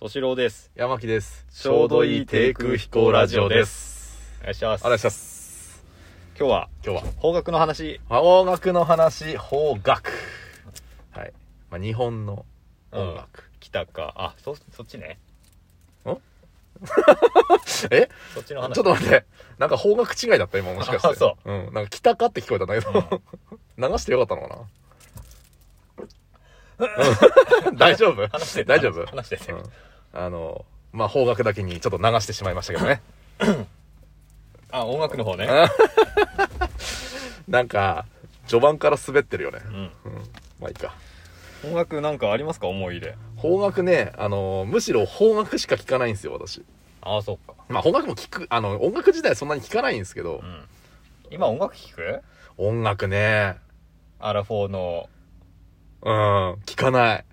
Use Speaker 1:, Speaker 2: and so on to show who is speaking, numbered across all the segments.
Speaker 1: 敏郎です。
Speaker 2: 山木です。。
Speaker 1: ちょうどいい低空飛行ラジオですお願いします。
Speaker 2: あらっしゃいます。
Speaker 1: 今日は、
Speaker 2: 今日は、
Speaker 1: 方角の話。
Speaker 2: 方角の話、方角。はい。まあ、日本の音楽。
Speaker 1: 北か。あ、そ、そっちね。
Speaker 2: え
Speaker 1: そっち
Speaker 2: ち
Speaker 1: の
Speaker 2: ょっ
Speaker 1: 話。
Speaker 2: と待って。なんか方角違いだった今もしかして。。
Speaker 1: あそう
Speaker 2: ん。なんか北かって聞こえたんだけど、流してよかったのかな、うん、 大丈夫
Speaker 1: 話してる
Speaker 2: 大丈夫
Speaker 1: 話してる
Speaker 2: うんあの、まあ、方角だけにちょっと流してしまいましたけどね。
Speaker 1: あ、音楽の方ね。
Speaker 2: なんか、序盤から滑ってるよね。
Speaker 1: うん。
Speaker 2: うん。まあいいか。
Speaker 1: 音楽なんかありますか思い入れ。
Speaker 2: 邦楽ね、あの、むしろ邦楽しか聴かないんですよ、私。
Speaker 1: あ、そっか。
Speaker 2: まあ、邦楽も聴く、あの、音楽自体そんなに聴かないんですけど
Speaker 1: う、ん。今音楽聞く
Speaker 2: 音楽ね、
Speaker 1: アラフォーの。
Speaker 2: うん、聴かない。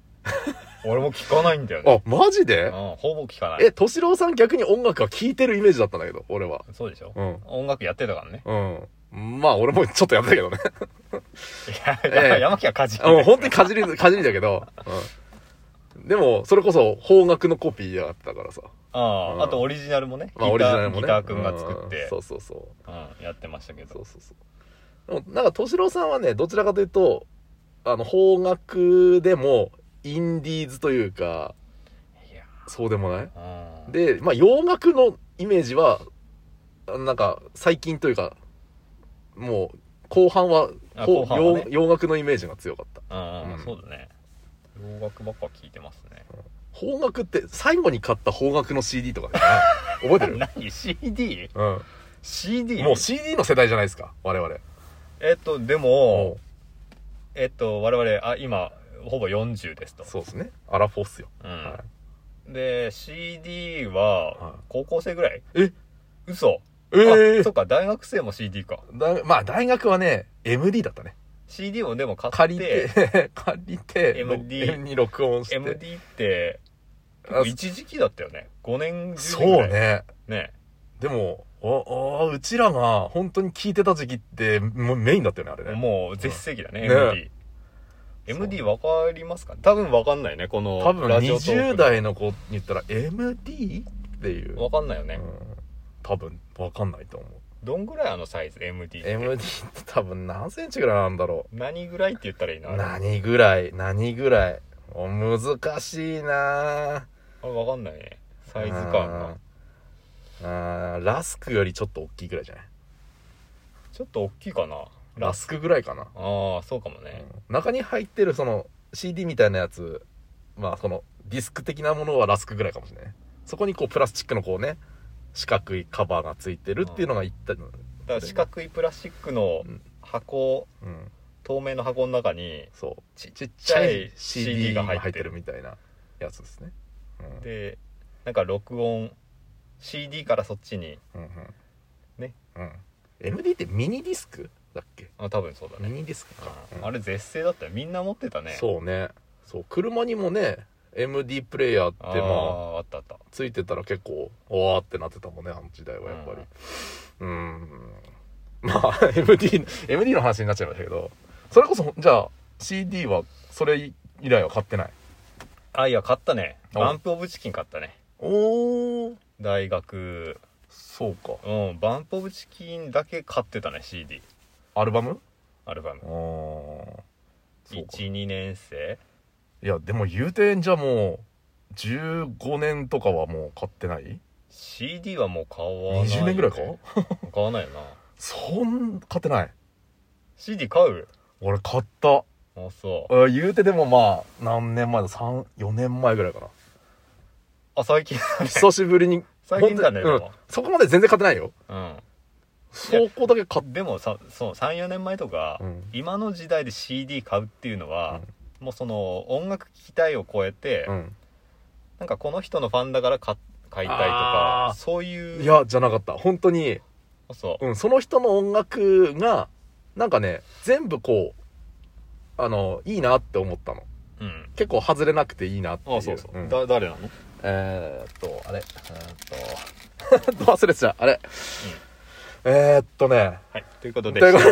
Speaker 1: 俺も聞かないんだよね。
Speaker 2: あ、マジ
Speaker 1: う
Speaker 2: で
Speaker 1: ん、ほぼ聞かない。
Speaker 2: え、敏郎さん逆に音楽は聴いてるイメージだったんだけど、俺は。
Speaker 1: そうでしょ
Speaker 2: うん。
Speaker 1: 音楽やってたからね。
Speaker 2: うん。まあ、俺もちょっとやって たけどね。
Speaker 1: いや、
Speaker 2: え え
Speaker 1: 山木はかじき
Speaker 2: うん、本当にかじり、かじりだけど、うん。でも、それこそ、邦楽のコピーだったからさ。
Speaker 1: あ
Speaker 2: う
Speaker 1: あ、
Speaker 2: ん
Speaker 1: あとオリジナルもね。
Speaker 2: まあ、
Speaker 1: ギ
Speaker 2: オリ
Speaker 1: タ
Speaker 2: ジ
Speaker 1: ー
Speaker 2: ナルもね。
Speaker 1: ギターくんが作って、
Speaker 2: うんそうそうそ
Speaker 1: う
Speaker 2: う。
Speaker 1: ん、やってましたけ
Speaker 2: そ
Speaker 1: ど
Speaker 2: う。そうそう。でもなんか、敏郎さんはね、どちらかというと、あの、邦楽でも、インディーズというか、
Speaker 1: いや
Speaker 2: そうでもない
Speaker 1: ーうん
Speaker 2: で、まあ、洋楽のイメージは、あなんか、最近というか、もう、後半は、
Speaker 1: あ
Speaker 2: こう
Speaker 1: 後半はね
Speaker 2: 洋洋楽のイメージが強かった。
Speaker 1: うん、う、
Speaker 2: うんん
Speaker 1: そうだね洋楽ばっか聞いてますね
Speaker 2: 邦楽って、最後に買った邦楽の CD とかね、 覚えて る
Speaker 1: 何 CD?CD?
Speaker 2: うん。もう CD の世代じゃないですか、我々。
Speaker 1: えっとでもえっと我々あ今ほぼ40ですと
Speaker 2: そうですね。アラフォーっすよ。
Speaker 1: う、
Speaker 2: は
Speaker 1: ん、で CD
Speaker 2: はい
Speaker 1: は高校生ぐらい
Speaker 2: え
Speaker 1: 嘘
Speaker 2: い、ええ
Speaker 1: あそっか大学生も CD か
Speaker 2: だまあ大学はね MD だったね
Speaker 1: CD をでも買って
Speaker 2: 借りて 借りて
Speaker 1: MD
Speaker 2: 録に録音して
Speaker 1: MD って
Speaker 2: あ
Speaker 1: 一時期だったよね5年10
Speaker 2: そう
Speaker 1: 年ぐらい
Speaker 2: ね
Speaker 1: ね
Speaker 2: でもああうちらが本当に聞いてた時期ってもうメインだったよねあれね
Speaker 1: もう絶世紀だね、
Speaker 2: ね
Speaker 1: MD MD わかりますか多分わかんないねこの
Speaker 2: 多分
Speaker 1: ラジオトーク
Speaker 2: 20代の子に言ったら MD っていう、
Speaker 1: わかんないよね、
Speaker 2: うん多分わかんないと思う
Speaker 1: どんぐらいあのサイズ MD って
Speaker 2: MD って多分何センチぐらいなんだろ
Speaker 1: 何ぐらいって言ったらいいの
Speaker 2: う
Speaker 1: あれあ
Speaker 2: 何ぐらい何ぐらいお難しいなあ
Speaker 1: れわかんないねサイズ感が
Speaker 2: あーあーラスクよりちょっと大きいぐらいじゃない
Speaker 1: ちょっと大きいかな
Speaker 2: ラ
Speaker 1: ラス
Speaker 2: スクぐらいかな、
Speaker 1: ああそうかもね、
Speaker 2: うん中に入ってるその CD みたいなやつまあそのディスク的なものはラスクぐらいかもしれないそこにこうプラスチックのこうね四角いカバーがついてるっていうのが一体
Speaker 1: だから四角いプラスチックの
Speaker 2: うん
Speaker 1: 箱
Speaker 2: うん
Speaker 1: 透明の箱の中に
Speaker 2: そう
Speaker 1: ち
Speaker 2: ちっちゃい
Speaker 1: CD
Speaker 2: CD
Speaker 1: が
Speaker 2: が
Speaker 1: 入
Speaker 2: 入
Speaker 1: ってる
Speaker 2: ってるみたいなやつですね、うん
Speaker 1: でなんか録音 CD からそっちに
Speaker 2: うんうん、
Speaker 1: ね、
Speaker 2: うん、MD ってミニディスクだっけ
Speaker 1: あ多分そうだ
Speaker 2: ミ
Speaker 1: ね、
Speaker 2: ニディスクか、
Speaker 1: う
Speaker 2: うんん
Speaker 1: あれ絶世だったよみんな持ってたね
Speaker 2: そうねそう車にもね MD プレイヤーって
Speaker 1: あ
Speaker 2: まあ
Speaker 1: ああったあった
Speaker 2: ついてたら結構おーってなってたもんねあの時代はやっぱりうーんまあ MD, MD の話になっちゃいましたけどそれこそじゃあ CD はそれ以来は買ってない
Speaker 1: あいや買ったね
Speaker 2: お
Speaker 1: バンプオブチキン買ったね
Speaker 2: おお
Speaker 1: 大学
Speaker 2: そうか
Speaker 1: うんバンプオブチキンだけ買ってたね CD
Speaker 2: アルバム
Speaker 1: アルバム
Speaker 2: ああそうかい
Speaker 1: 12年生
Speaker 2: やでも言うてんじゃもう15年とかはもう買ってない
Speaker 1: CD はもう買わない、
Speaker 2: 20年ぐらいか
Speaker 1: 買わないよな
Speaker 2: そん買ってない
Speaker 1: CD 買う
Speaker 2: 俺買った
Speaker 1: あそう
Speaker 2: あ言うてでもまあ何年前だ34年前ぐらいかな
Speaker 1: あ最近
Speaker 2: 久しぶりに
Speaker 1: 最近だねで
Speaker 2: 本当に
Speaker 1: も
Speaker 2: うん、そこまで全然買ってないよ
Speaker 1: うん
Speaker 2: そこだけ買っ
Speaker 1: でもさそう34年前とか、
Speaker 2: うん
Speaker 1: 今の時代で CD 買うっていうのは、もうその音楽聴きたいを超えて、
Speaker 2: うん
Speaker 1: なんかこの人のファンだから買買いたいとか
Speaker 2: あー
Speaker 1: そういう
Speaker 2: いやじゃなかった本当に、
Speaker 1: あそう、
Speaker 2: うん、その人の音楽がなんかね全部こうあのいいなって思ったの
Speaker 1: うん、
Speaker 2: 結構外れなくていいなっていう
Speaker 1: あそうそう、
Speaker 2: ん
Speaker 1: だ誰なの
Speaker 2: えー、っとあれえー、っと 忘れてたあれ、えー、っとね
Speaker 1: はいということ
Speaker 2: と
Speaker 1: で
Speaker 2: いうこと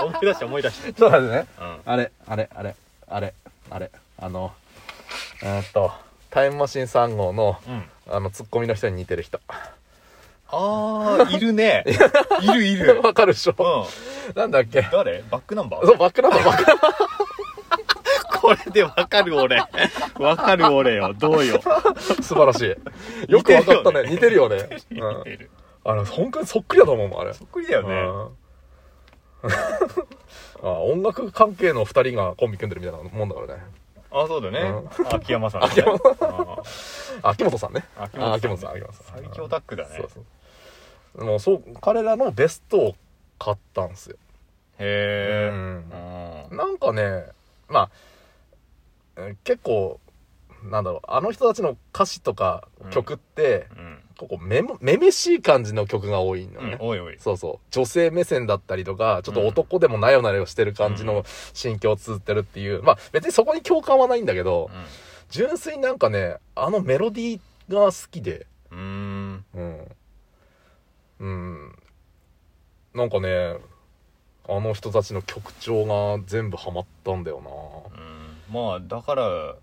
Speaker 1: 思い出した思い出し
Speaker 2: ちょっと待ってね
Speaker 1: た、うん、
Speaker 2: あれあれあれあれあれあのえー、っとタイムマシーン3号の、
Speaker 1: うん。
Speaker 2: あの、ツッコミの人に似てる人。
Speaker 1: あー、いる ね。いるいる。
Speaker 2: わかるでし
Speaker 1: う
Speaker 2: ょ、
Speaker 1: ん。
Speaker 2: なんだっけ
Speaker 1: 誰バックナンバ
Speaker 2: そ
Speaker 1: ー
Speaker 2: う、バックナンバー、バックナンバ
Speaker 1: これでわかる俺。わかる俺よ。どうよ。
Speaker 2: ー。素晴らしい。よくわかったね。似てるよね。
Speaker 1: 似てる。
Speaker 2: うん、あの、本当にそっくりだと思うもん、あれ。
Speaker 1: そっくりだよね。
Speaker 2: うん あ音楽関係の二人がコンビ組んでるみたいなもんだからね。
Speaker 1: あ、そうだね。秋山さん、ね。
Speaker 2: 秋山
Speaker 1: あ
Speaker 2: 秋元さんね。
Speaker 1: 秋
Speaker 2: あ秋
Speaker 1: 元
Speaker 2: 元
Speaker 1: さ
Speaker 2: さ
Speaker 1: ん
Speaker 2: ん、
Speaker 1: ね
Speaker 2: 秋元さん。
Speaker 1: 最強タッグだね。
Speaker 2: そうそう。もうそう、彼らのベストを買ったんすよ。
Speaker 1: へ
Speaker 2: うん
Speaker 1: え。うん。
Speaker 2: なんかね、まあ、うん結構、なんだろう、あの人たちの歌詞とか曲って、
Speaker 1: うん。
Speaker 2: ここめも、めめしい感じの曲が多いの
Speaker 1: うん、
Speaker 2: ね。
Speaker 1: おいおい。
Speaker 2: そうそう。女性目線だったりとか、ちょっと男でもなよなよしてる感じの心境を綴ってるっていう。まあ別にそこに共感はないんだけど、純粋になんかね、あのメロディーが好きで、
Speaker 1: うん。うーん。
Speaker 2: うん。うん。なんかね、あの人たちの曲調が全部ハマったんだよな。
Speaker 1: うんまあ、だから、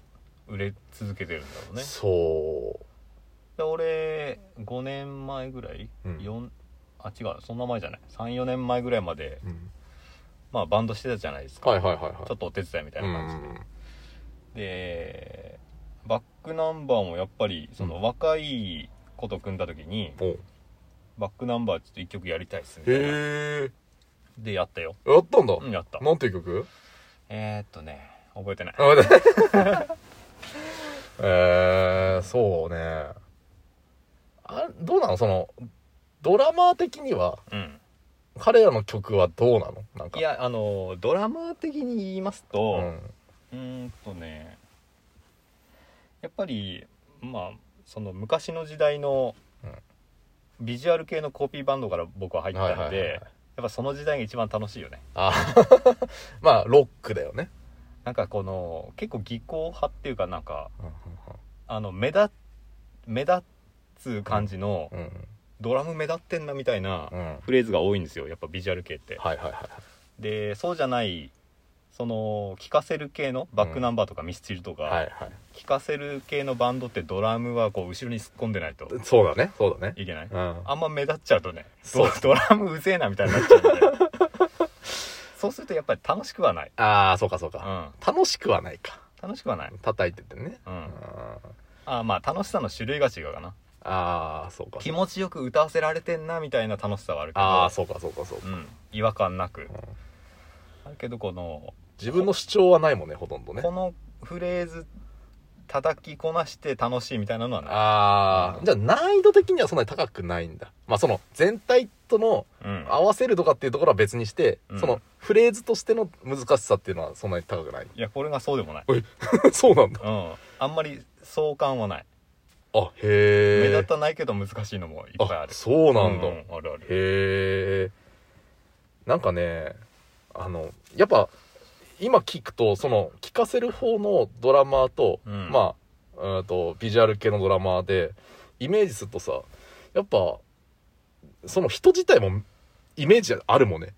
Speaker 1: 売れ続けてるんだろうね。
Speaker 2: そ
Speaker 1: で俺5年前ぐらい、
Speaker 2: うん
Speaker 1: 四あ違うそんな前じゃない34年前ぐらいまで
Speaker 2: う、うん。
Speaker 1: まあバンドしてたじゃないですか、
Speaker 2: はいはいはいはい。
Speaker 1: ちょっとお手伝いみたい
Speaker 2: うん
Speaker 1: な
Speaker 2: う
Speaker 1: 感じで、
Speaker 2: ん
Speaker 1: でバックナンバーもやっぱりその若い子と組んだ時に、
Speaker 2: うん。おへ
Speaker 1: バックナンバーちょっと1曲やりたいっすみたいな
Speaker 2: え。
Speaker 1: でやったよ、
Speaker 2: やったんだ。
Speaker 1: うん、やった
Speaker 2: なんていう曲
Speaker 1: えー、っとね覚えてない
Speaker 2: あ待って えー、そうね。あ、どうなのその、ドラマー的には、
Speaker 1: うん
Speaker 2: 彼らの曲はどうなのなんか。
Speaker 1: い、やあのドラマー的に言います
Speaker 2: う
Speaker 1: と、
Speaker 2: ん。
Speaker 1: うーんとねやっぱりまあその昔の時代の
Speaker 2: うん
Speaker 1: ビジュアル系のコピーバンドから僕は入ったんで、
Speaker 2: はいはいはいはい
Speaker 1: やっぱその時代が一番楽しいよね
Speaker 2: あ まあ、ロックだよね。
Speaker 1: なんかこの結構技巧派っていうかなんかあの目立目立つ感じの、
Speaker 2: うん。
Speaker 1: ドラム目立ってんなみたいな
Speaker 2: うん。はい
Speaker 1: フレーズが多いんですよやっぱビジュアル系って
Speaker 2: はいはい。
Speaker 1: でそうじゃないその聴かせる系のバックナンバーとかミスチルとか、
Speaker 2: はいはい。
Speaker 1: 聴かせる系のバンドってドラムはこう後ろに突っ込んでないと
Speaker 2: そうだね、そうだね。
Speaker 1: いけない
Speaker 2: うん。
Speaker 1: あんま目立っちゃうとね
Speaker 2: そ
Speaker 1: ド
Speaker 2: う
Speaker 1: ドラムうぜえなみたいになっちゃ うんでそうするとやっぱり楽しくはない、
Speaker 2: ああ、そうかそう
Speaker 1: う
Speaker 2: か。
Speaker 1: ん、
Speaker 2: 楽しくはないか。
Speaker 1: 楽しくはない
Speaker 2: 叩いててね。
Speaker 1: うん
Speaker 2: あ
Speaker 1: あまあ楽しさの種類が違うかな
Speaker 2: あー、そうか。
Speaker 1: 気持ちよく歌わせられてんなみたいな楽しさはあるけど
Speaker 2: ああ、そうかそうかそうか。
Speaker 1: うん、違和感なくだけどこの
Speaker 2: 自分の主張はないもんね、ほとんどね
Speaker 1: こ。のフレーズ叩きこなして楽しいみたいなのはない
Speaker 2: あ
Speaker 1: うん
Speaker 2: あ、じゃあ難易度的にはそんなに高くないんだ。まあその全体との
Speaker 1: うん
Speaker 2: 合わせるとかっていうところは別にして、
Speaker 1: うん
Speaker 2: そのフレーズとしての難しさっていうのはそんなに高くない。
Speaker 1: いやこれがそうでもない、
Speaker 2: そうなんだ。
Speaker 1: うん、あんまり相関はない
Speaker 2: あ、
Speaker 1: 目
Speaker 2: へえ。
Speaker 1: 立たないけど難しいのもいっぱいある
Speaker 2: そうなんだ。
Speaker 1: う
Speaker 2: へ
Speaker 1: んあるある
Speaker 2: え。なんかね、あの、やっぱ、今聞くと、その、聞かせる方のドラマーと、
Speaker 1: うん
Speaker 2: まあ、うーんと、ビジュアル系のドラマーで、イメージするとさ、やっぱ、その人自体も、イメージあるもんね。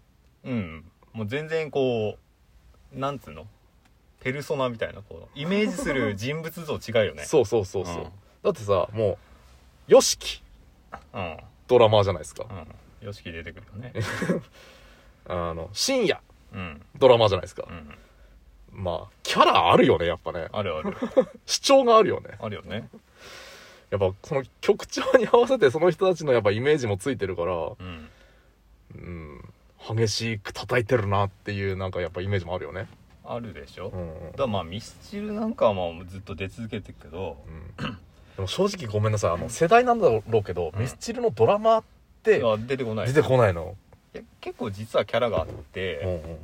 Speaker 1: うんもう全然こうなんつうのペルソナみたいなこうイメージする人物像違うよね
Speaker 2: そうそうそうそう。
Speaker 1: うん
Speaker 2: だってさ、もう、ヨシキ、
Speaker 1: うん
Speaker 2: ドラマーじゃないですか。
Speaker 1: うんよしき出てくるよね
Speaker 2: あの、深夜、
Speaker 1: うん
Speaker 2: ドラマーじゃないですか
Speaker 1: う。ん
Speaker 2: まあ、キャラあるよね、やっぱね。
Speaker 1: あるある
Speaker 2: 主張があるよね。
Speaker 1: あるよね
Speaker 2: やっぱその曲調に合わせてその人たちのやっぱイメージもついてるから、
Speaker 1: うん
Speaker 2: うん、激しく叩いてるなっていうなんかやっぱイメージもあるよね。
Speaker 1: あるでしょだ
Speaker 2: う
Speaker 1: か
Speaker 2: んうん、
Speaker 1: らまあミスチルなんかはもうずっと出続けてるけど
Speaker 2: でも正直ごめんなさい、あの世代なんだろうけど、
Speaker 1: うん
Speaker 2: ミスチルのドラマーって
Speaker 1: いや出てこない
Speaker 2: 出てこないの。
Speaker 1: いや結構実はキャラがあっ
Speaker 2: うん
Speaker 1: て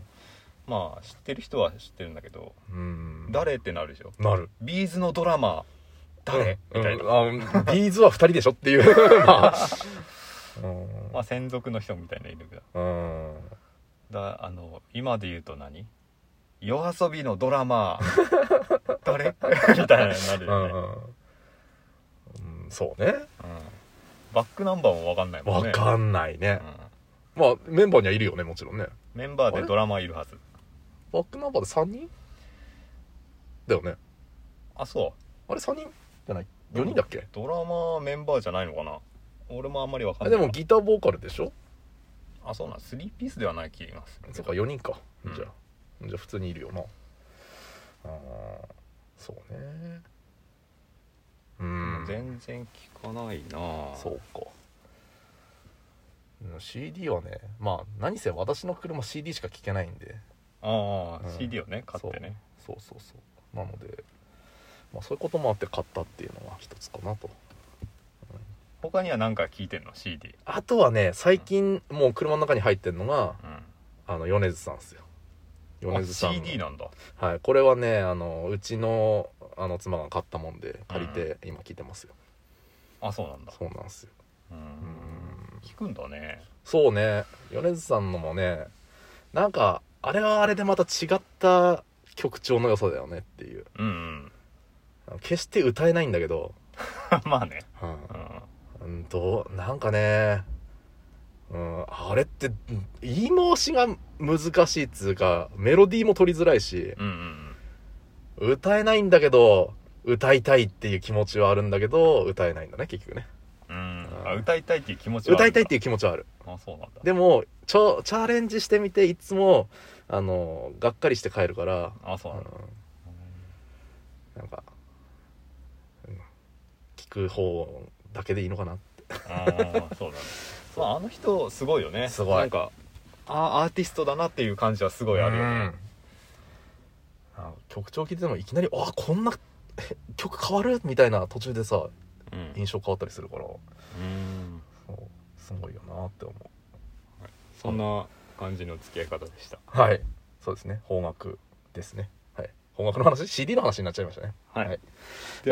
Speaker 1: まあ知ってる人は知ってるんだけど
Speaker 2: うん、うん
Speaker 1: 誰ってなるでしょ
Speaker 2: なる。
Speaker 1: ビーズのドラマ誰
Speaker 2: うん
Speaker 1: みたいな
Speaker 2: うんあビーズは二人でしょっ ていう。まあ、
Speaker 1: まあ専属の人みたいな犬が
Speaker 2: うん。うん。
Speaker 1: だあの今で言うと何夜遊びのドラマ 誰 みたいなのになる
Speaker 2: うん
Speaker 1: よね、
Speaker 2: うん。そうね。
Speaker 1: うんバックナンバーも分かんないも
Speaker 2: わ
Speaker 1: んね
Speaker 2: かんないね
Speaker 1: う。ん
Speaker 2: まあメンバーにはいるよね、もちろんね。
Speaker 1: メンバーでドラマーいるはず
Speaker 2: バックナンバーで3人だよね
Speaker 1: あそ
Speaker 2: あれ3人じゃない4人だっけ
Speaker 1: ドラマメンバーじゃないのかな俺もあんまりわか
Speaker 2: あ
Speaker 1: んな
Speaker 2: で
Speaker 1: い
Speaker 2: もギターボーカルでしょ
Speaker 1: あそうなん3ピースではない気がする
Speaker 2: そうか4人か、
Speaker 1: うん
Speaker 2: じゃあじゃあ普通にいるよなあーそうねうん
Speaker 1: 全然聞かないな
Speaker 2: そうかうん CD はねまあ何せ私の車 CD しか聴けないんで
Speaker 1: ああ、
Speaker 2: うん
Speaker 1: CD をね買ってね
Speaker 2: そうそうそうなので、まあ、そういうこともあって買ったっていうのは一つかなと
Speaker 1: 他には何か聞いてんの CD
Speaker 2: あとはね最近もう車の中に入ってるのが
Speaker 1: う
Speaker 2: あの米津さんですよ
Speaker 1: んあ
Speaker 2: 米津さんの
Speaker 1: CD なんだ
Speaker 2: はい、これはねあのうちのあの妻が買ったもんで借りて今聞いてますよ、
Speaker 1: あそうなんだ
Speaker 2: そうなんですよ
Speaker 1: うん
Speaker 2: ん
Speaker 1: 聞くんだね
Speaker 2: そうね米津さんのもねなんかあれはあれでまた違った曲調の良さだよねっていう
Speaker 1: うんうん
Speaker 2: あの決して歌えないんだけど、
Speaker 1: まあね
Speaker 2: うん
Speaker 1: うん
Speaker 2: うんとなんかね、うん、あれってうん言い回しが難しいっつうかメロディーも取りづらいし
Speaker 1: うんうん
Speaker 2: 歌えないんだけど歌いたいっていう気持ちはあるんだけど歌えないんだね結局ね
Speaker 1: うん
Speaker 2: うん
Speaker 1: あ歌いたいっていう気持ちはあ
Speaker 2: 歌
Speaker 1: る
Speaker 2: い
Speaker 1: ん
Speaker 2: た
Speaker 1: だ
Speaker 2: いっていう気持ちはある
Speaker 1: あそうなんだ
Speaker 2: でもちょチャレンジしてみていつもあのがっかりして帰るから、
Speaker 1: あそう
Speaker 2: う
Speaker 1: なん
Speaker 2: ん
Speaker 1: だ、
Speaker 2: なんか、うん聞く方だけでいいのかな
Speaker 1: ああそうなんだまああの人すごいよね
Speaker 2: すごい
Speaker 1: なんかあアーティストだなっていう感じはすごいあるよね
Speaker 2: あの曲調聞いててもいきなり「あこんなえ曲変わる?」みたいな途中でさ
Speaker 1: うん
Speaker 2: 印象変わったりするから
Speaker 1: うん
Speaker 2: そうすごいよなって思う
Speaker 1: そんな感じの付き合い方でした
Speaker 2: はいそうですね邦楽ですねはい邦楽の話 CD の話になっちゃいましたね
Speaker 1: はい
Speaker 2: はい